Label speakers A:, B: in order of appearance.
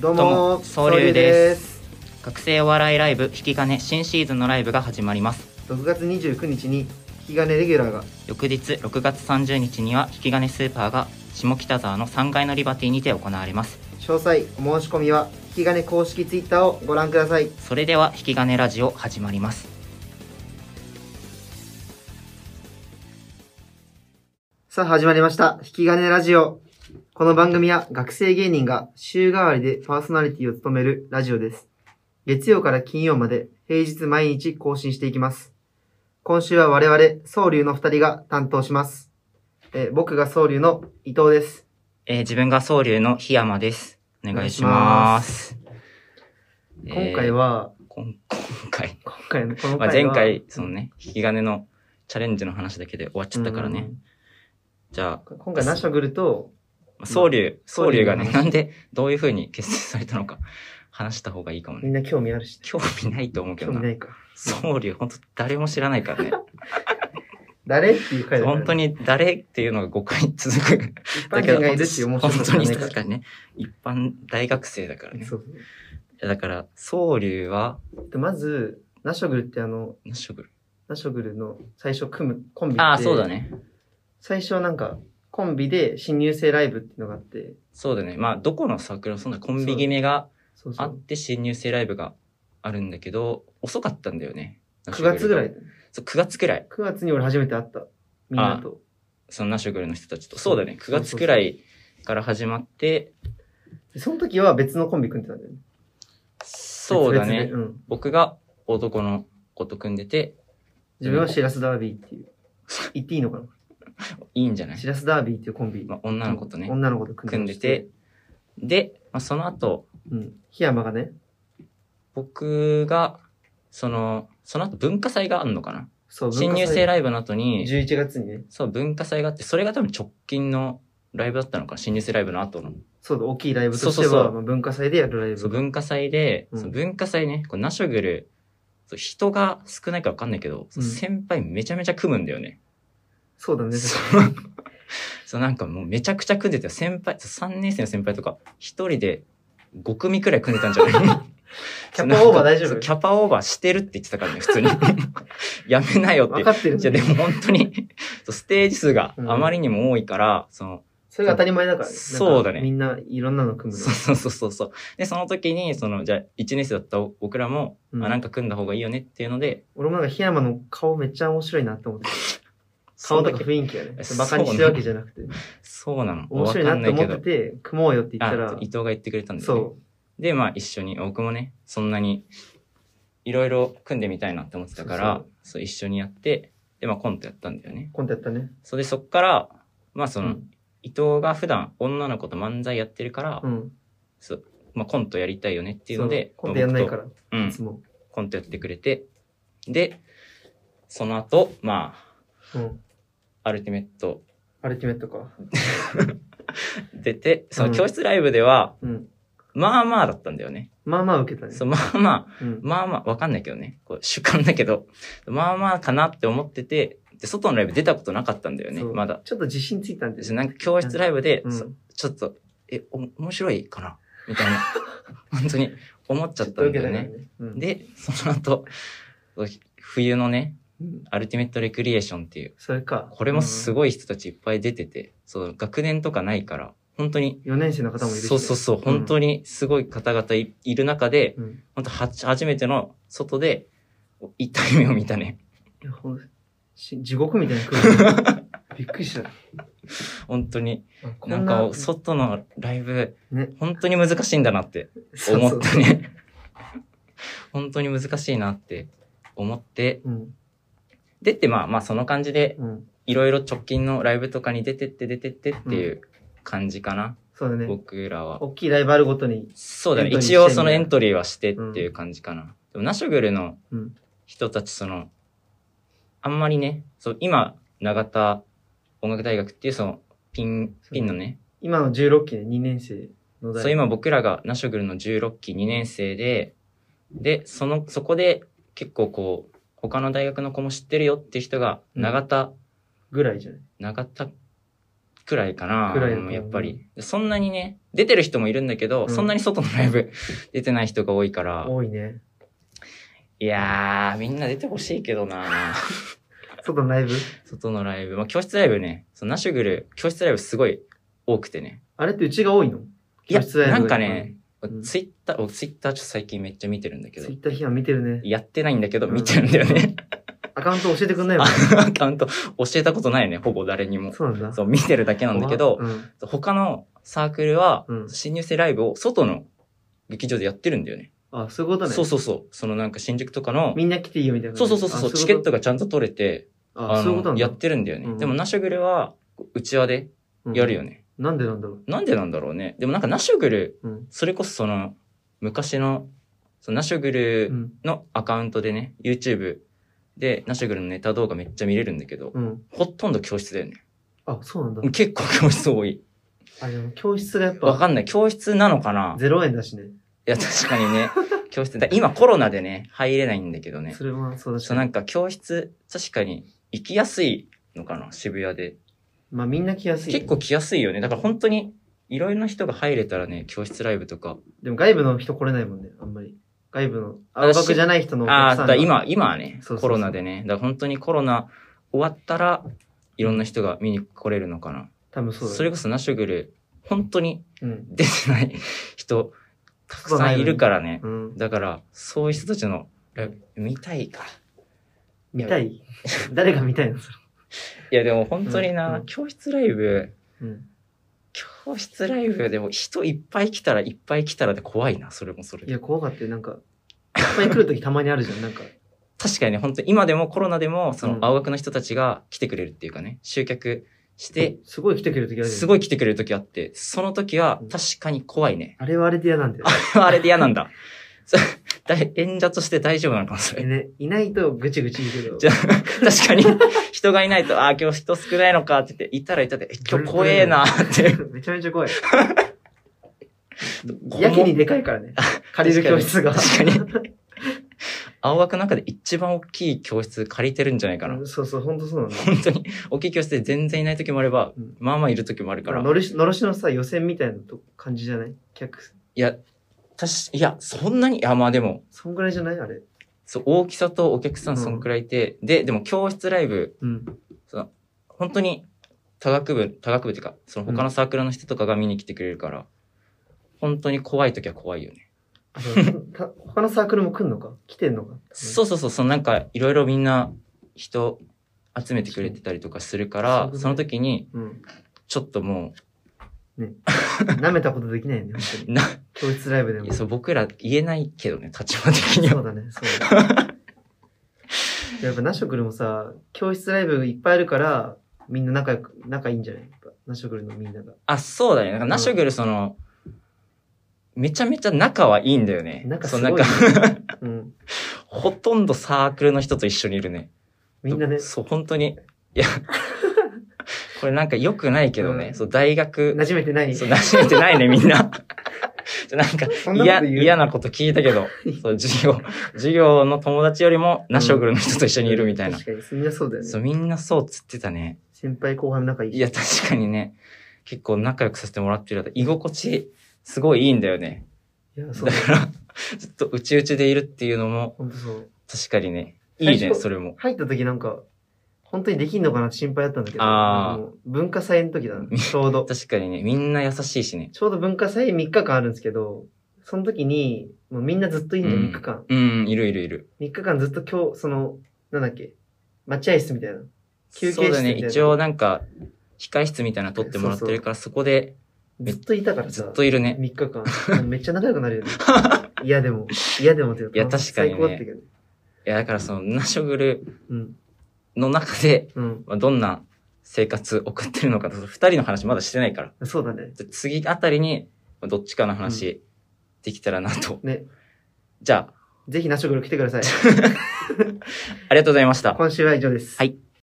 A: どう
B: どうも
A: も
B: 総
A: 総
B: 龍
A: 流
B: で
A: です
B: 学生お笑いライブ引き金新シーズンのライブが始まります
A: 6月29日に引き金レギュラーが
B: 翌日6月30日には引き金スーパーが下北沢の3階のリバティにて行われます
A: 詳細お申し込みは引き金公式ツイッターをご覧ください
B: それでは引き金ラジオ始まります
A: さあ始まりました引き金ラジオこの番組は学生芸人が週替わりでパーソナリティを務めるラジオです月曜から金曜まで平日毎日更新していきます今週は我々総流の2人が担当します、えー僕が総流の伊藤です
B: えー自分が総流の檜山ですお願いしますえー
A: 今回は、
B: こん今回
A: 今回のこの
B: まあ、
A: 回
B: 前
A: は、
B: 回そのね引き金のチャレンジの話だけで終わっちゃったからね、
A: うん
B: じゃあ
A: 今回ナショナルと、
B: まあ総流総流が
A: 総
B: ね
A: 龍の話
B: なんでどういうふうに結成されたのか話した方がいいかもね
A: みんな興味あるし、
B: 興味ないと思うけ
A: 興
B: ど
A: 味な
B: ない
A: か。
B: 総流本当誰も知らな いからね
A: 誰っていう回だから、
B: 本当。に誰っていうのが5回続く
A: 一般
B: だけ
A: 人
B: ど
A: がいるっていう面
B: 本
A: 白さ
B: 当
A: じゃ
B: に
A: ないか
B: 確かにね一般大学生だから
A: ら。
B: ね
A: そう
B: いやだから総流は
A: そう。でまず、ナショグルってあの、
B: 何しょぐる
A: ナショグルの最初組むコンビって。
B: ああそうだ。ね
A: 最初なんか、コンビで新入生ライブっていうのがあって、
B: そうだねまあどこのサークルもそんなコンビ決めが
A: そうそ
B: あっ
A: う。
B: て新入生ライブがあるんだけど遅かったんだよね
A: 9月ぐらい。
B: そう9月ぐらい
A: 9月に俺初めて会った。みんなと。
B: そのナショグルの人たちとそうだね
A: そ
B: 9
A: うそう
B: 月
A: そう
B: ぐらいから始まって
A: でその時は別のコンビ組んでたんだよね。
B: そうだ
A: 別
B: ね
A: 々でうん。
B: 僕が男の子と組んでて
A: 自分はシラスダービーっていう。言っていいのか
B: いいんじゃな
A: ないシ、ラスダービーっていうコンビ。
B: まあ、女の子とね
A: 女の子と組
B: 組
A: ん
B: ん
A: でまし
B: で。
A: て
B: で、まあ、その後
A: うん。檜山がね、
B: 僕がそのその後文化祭があるのかな
A: そう、
B: 新入生ライブの後に
A: 11月にね、
B: そう文化祭があってそれが多分直近のライブだったのかな新入生ライブの後の
A: そうだ、大きいライブとして
B: そうそうそ
A: は、
B: う
A: まあ文化祭でやるライ
B: そう
A: ブ。
B: 文化祭で、
A: うん
B: その文化祭ねこうナショグルそう人が少ないか分かんないけど、そう
A: うん
B: 先輩めちゃめちゃ組むんだよね。
A: そうだね。
B: そう そうなんかもうめちゃくちゃ組んでて先輩そう3年生の先輩とか一人で5組くらい組んでたんじゃない
A: キャパオーバー大丈
B: そう
A: 夫
B: キャパオーバーしてるって言ってたからね普 通にやめなよって
A: 分かってるん
B: じゃ
A: だ
B: あで
A: よ。
B: も本 当にそうステージ数があまりにも多いから、その
A: それが当たり前だからね。
B: そうだ
A: なん
B: ね
A: かみんないろんなの組むの
B: そう。そうそうそうそう。で、その時に、その、じゃあ、1年生だった僕らも、
A: うん
B: まあなんか組んだ方がいいよねっていうので、
A: 俺もなんか檜山の顔めっちゃ面白いなって思って。顔とか
B: その時
A: 雰囲気がね
B: そ。う
A: バカにしてるわけじゃなくて。
B: そうなの。
A: 面白い
B: わ
A: な
B: か
A: って
B: んない
A: 思
B: け
A: って
B: ど。
A: て、組もうよって言った
B: あ
A: ら、
B: 伊藤が言ってくれたんです
A: そ
B: で、まあ一緒に、僕もね、そんなに、いろいろ組んでみたいなって思ってたから、
A: そ
B: そうう一緒にやって、で、まあコントやったんだよね
A: う、。コントやったね。
B: それでそっから、まあその、
A: うん
B: 伊藤が普段女の子と漫才やってるから、
A: うん。
B: そうまあコントやりたいよねっていうの
A: そ
B: で、。
A: コントやんないからら、い
B: うん
A: つ、も。
B: コントやってくれて、で、その後、ま
A: うん。
B: あ、アルティメット
A: アルティメットか。
B: 出て、そ
A: うん
B: の教室ライブでは、
A: うん。
B: まあまあだったんだよね。
A: まあまあ受けたね。
B: そう、まあまあ、
A: うん。
B: まあまあ、わかんないけどね。こう主観だけど、まあまあかなって思ってて、で、外のライブ出たことなかったんだよね、
A: そう
B: まだ。
A: ちょっと自信ついたんで
B: でなんか教室ライブで、
A: うん
B: そちょっと、え、お面白いかなみた いな、本当に思っちゃったん
A: 受
B: だ
A: け
B: よ
A: たから
B: ね。
A: ね。うん
B: で、その後、冬のね、
A: うん
B: アルティメットレクリエーションっていう、
A: それか。
B: これもす
A: ごい
B: ごい人たちいっぱい出てて、そう、学年とかないから、本当に、
A: 4年生の方もいるし、
B: そうそうそう、本当にすごい方々いいる中で、
A: うん。い
B: 本当はち初めての外で、お痛い目を見たね。
A: やほんし地獄みたいな空間。 びっくりした。
B: 本当に。
A: あこ
B: なんか、外のライブ、
A: ね
B: 本当に難しいんだなって
A: そう
B: 思
A: そう
B: ったね。本当に難しいなって思って、
A: うん。
B: 出てまあまあその感じで、
A: うん。
B: いろいろ直近のライブとかに出てって出てってっていう感じかな、
A: そうだね。
B: 僕らは。
A: 大きいライブあるごとに、
B: そうだね。
A: エントリーして
B: 一応そのエントリーはしてっていう感じかな。でもナショグルの
A: うん
B: 人たちその、あんまりね、そう、今、永田音楽大学っていうその、ピン、ピンのね、
A: 今の16期で2年生の代。
B: そう今僕らがナショグルの16期2年生で、で、その、そこで結構こう、他の大学の子も知ってるよっていう人が、
A: うん
B: 永田、
A: ぐらいじゃない
B: 永田くらいかな。
A: くらいだと思
B: もう
A: う
B: やっぱり。そんなにね、出てる人もいるんだけ
A: う
B: ど、
A: ん
B: そんなに外のライブ 出てない人が多いから。
A: 多いね。
B: いやー、みんな出てほしいけどな
A: 外のライブ
B: 外のライブ。まあ、教室ライブね、そのナショグル、教室ライブすごい多くてね。
A: あれってうちが多いの
B: いや
A: 教室ライブ
B: なんかね、
A: うん
B: ツイッター、僕ツイッターちょっと最近めっちゃ見てるんだけど
A: ツイ、ッター批判見てるね。
B: やってないんだけど見てるんだよね。
A: アカウント教えてくんないもん。
B: アカウント教えたことないよね、ほぼ誰にも。
A: そうなんだ。
B: そう、見てるだけなんだけど、
A: 怖っ
B: 他のサークルは
A: う、ん
B: 新入生ライブを外の劇場でやってるんだよね。
A: うん。あ、そういうことね。
B: そうそうそう。そのなんか新宿とかの、
A: みんな来ていいよみたいな。
B: そうそうそうそう、
A: あ
B: チケッ。
A: い
B: トがちゃんと取れて、
A: ことあ、
B: あ
A: そういうことな
B: の、
A: んだ。
B: やってるんだよ
A: う
B: ね。
A: ん
B: でもナショグルは、うちわで
A: うん
B: やるよね。
A: なんでなんだろう。
B: なんでなんだろうね。でもなんかナショグル、
A: うん。
B: それこそその、昔の、そのナショグ
A: う
B: ル
A: ん。
B: のアカウントでね、YouTube でナショグルのネタ動画めっちゃ見れるんだけど、
A: うん。
B: ほとんど教室だよね。
A: あ、そうなんだ。
B: 結構教室多い。
A: あ、でも教室がやっ
B: わ
A: ぱ、
B: かんない。教室なのかな
A: 0円だしね。
B: いや、確かにね。教室、だ今コロナでね、入れないんだけどね。
A: それはそうだし
B: そう、。なんか教室、確かに行きやすいのかな、渋谷で。
A: まあみんな来やすい。
B: 結構。来やすいよね。だから本当に、いろいろな人が入れたらね、教室ライブとか。
A: でも外部の人来れないもんね、あんまり。外部の、
B: あ
A: 青学じゃない人のお
B: ああ、
A: 客さ
B: だ
A: ん
B: か
A: が
B: ら今、今は
A: そ
B: ね
A: うそうそう
B: コロナでね。だから本当にコロナ終わったら、いろんな人が見に来れるのかな。
A: 多分
B: そ
A: そうだね。
B: れこそナショグル、本当に
A: うん。
B: 出てない人、たくさんいるからね。
A: うん。
B: だから、そういう人たちのライブ、見たいから。
A: 見たい誰が見たいのそれ
B: いやでも本当にな、
A: うん
B: 教室ライブ、
A: うん。
B: 教室ライブでも人いっぱい来たらいっぱい来たらで怖いな、それもそれ
A: い
B: で。
A: や、怖かったよ。なんか、いっぱい来るときたまにあるじゃん。なんか、
B: 確かにね、本当に今でもコロナでも、その
A: うん
B: 青学の人たちが来てくれるっていうかね、集客して、
A: すごい来てくれるときあるじゃん。
B: すごい来てくれる時あって、その時は
A: うん
B: 確かに怖いね。
A: あれはあれで嫌なんだよ。
B: あれで嫌なんだ。 そだい演者として大丈夫なのかもそ
A: え
B: れ。
A: ね、いないとぐちぐち言うけど。
B: じゃあ確かに、人がいないと、ああ、今日人少ないのかって言って、いたらいたで、え今日怖えなって。
A: めちゃめちゃ怖い。やけにでかいからね。借りる教室が。
B: 確かに青学の中で一番大きい教室借りてるんじゃないかな。
A: うんそうそう、ほんとそうなんだ。
B: 本当に、大きい教室で全然いない時もあれば、
A: うん
B: まあまあいる時もあるから。
A: のろし、のろしのさ、予選みたいなと感じじゃない客、
B: いや、確かいや、そんなに、いや、まあでも、
A: そんぐらいじゃないあれ。
B: そう、大きさとお客さんそんくらいいて、で、でも教室ライブ、
A: うん。
B: 本当に、多学部、多学部っていうか、その他のサークルの人とかが見に来てくれるから、本当に怖い時は怖いよね。
A: あのた他のサークルも来んのか来てんのか
B: そうそうそう、そのなんか、いろいろみんな、人、集めてくれてたりとかするから、
A: そう
B: その時に、
A: うん。
B: ちょっとも
A: 舐めたことできないよね、本当
B: う、
A: に。
B: な、
A: 教室ライブで
B: い
A: も。
B: や、
A: そ
B: そう、僕ら言えないけどね、立場的には。
A: うだね、そうだね。やっぱナショクルもさ、教室ライブいっぱいあるから、みんな仲良く、仲いいんじゃないやっぱナショクルのみんなが。
B: あ、そうだね。なんか、ナショグル、その、めちゃめちゃ仲はいいんだよね。
A: 仲す
B: そう
A: ごい、ね
B: なんか、
A: うん。
B: ほとんどサークルの人と一緒にいるね。
A: みんなね、
B: そう、本当に。いや、 これなんか良くないけどね。
A: うん
B: そう、大学、
A: 馴染めてない。
B: そう、馴染めてな いね、みんな。 ちょなんか、
A: そんなこと
B: 嫌、
A: 言う
B: 嫌なこと聞いたけど、そう、授業、授業の友達よりも、ナショグルの人と一緒にいるみたいな。
A: 確かに、みんなそうだよね
B: そ。う、みんなそうっつってたね。
A: 先輩後輩も仲いいし。
B: いや、確かにね、結構仲良くさせてもらってる間、居心地、すごいいいんだよね。
A: いや、そう
B: だ
A: だよ。
B: から、ずっとうちうちでいるっていうのも、
A: ほんとそう。
B: 確かにね、い
A: 最
B: い
A: 初
B: ね、それも。
A: 入った時なんか、本当にできんのかなって心配だったんだけど、
B: あー
A: もう文化祭の時だな、 ちょうど。
B: 確かにね、みんな優しいしね。
A: ちょうど文化祭3日間あるんですけど、その時に、もうみんなずっといいの、
B: うん
A: 3日間。
B: うん、いるいるいる。
A: 3日間ずっと今日、その、なんだっけ、待合室みたいな。休憩室
B: そうだね、
A: みたいな
B: 一応なんか、控室みたいなの取ってもらってるから、そこで
A: ずっといたから
B: ず
A: さ
B: っ、といるね。
A: 3日間。もうめっちゃ仲良く なるよね。いやでも、いやでもっていう
B: いや確かに
A: 最
B: ね
A: 高だったけど。
B: いや、だからその、ナショグル
A: うん。
B: の中で、
A: うん。
B: まあどんな生活送ってるのかと、二人の話まだしてないから。
A: そうだね。
B: で次あたりに、まあどっちかの話、できたらなと。
A: ね。
B: じゃあ、
A: ぜひナショグル来てください。
B: ありがとうございました。
A: 今週は以上です。
B: はい。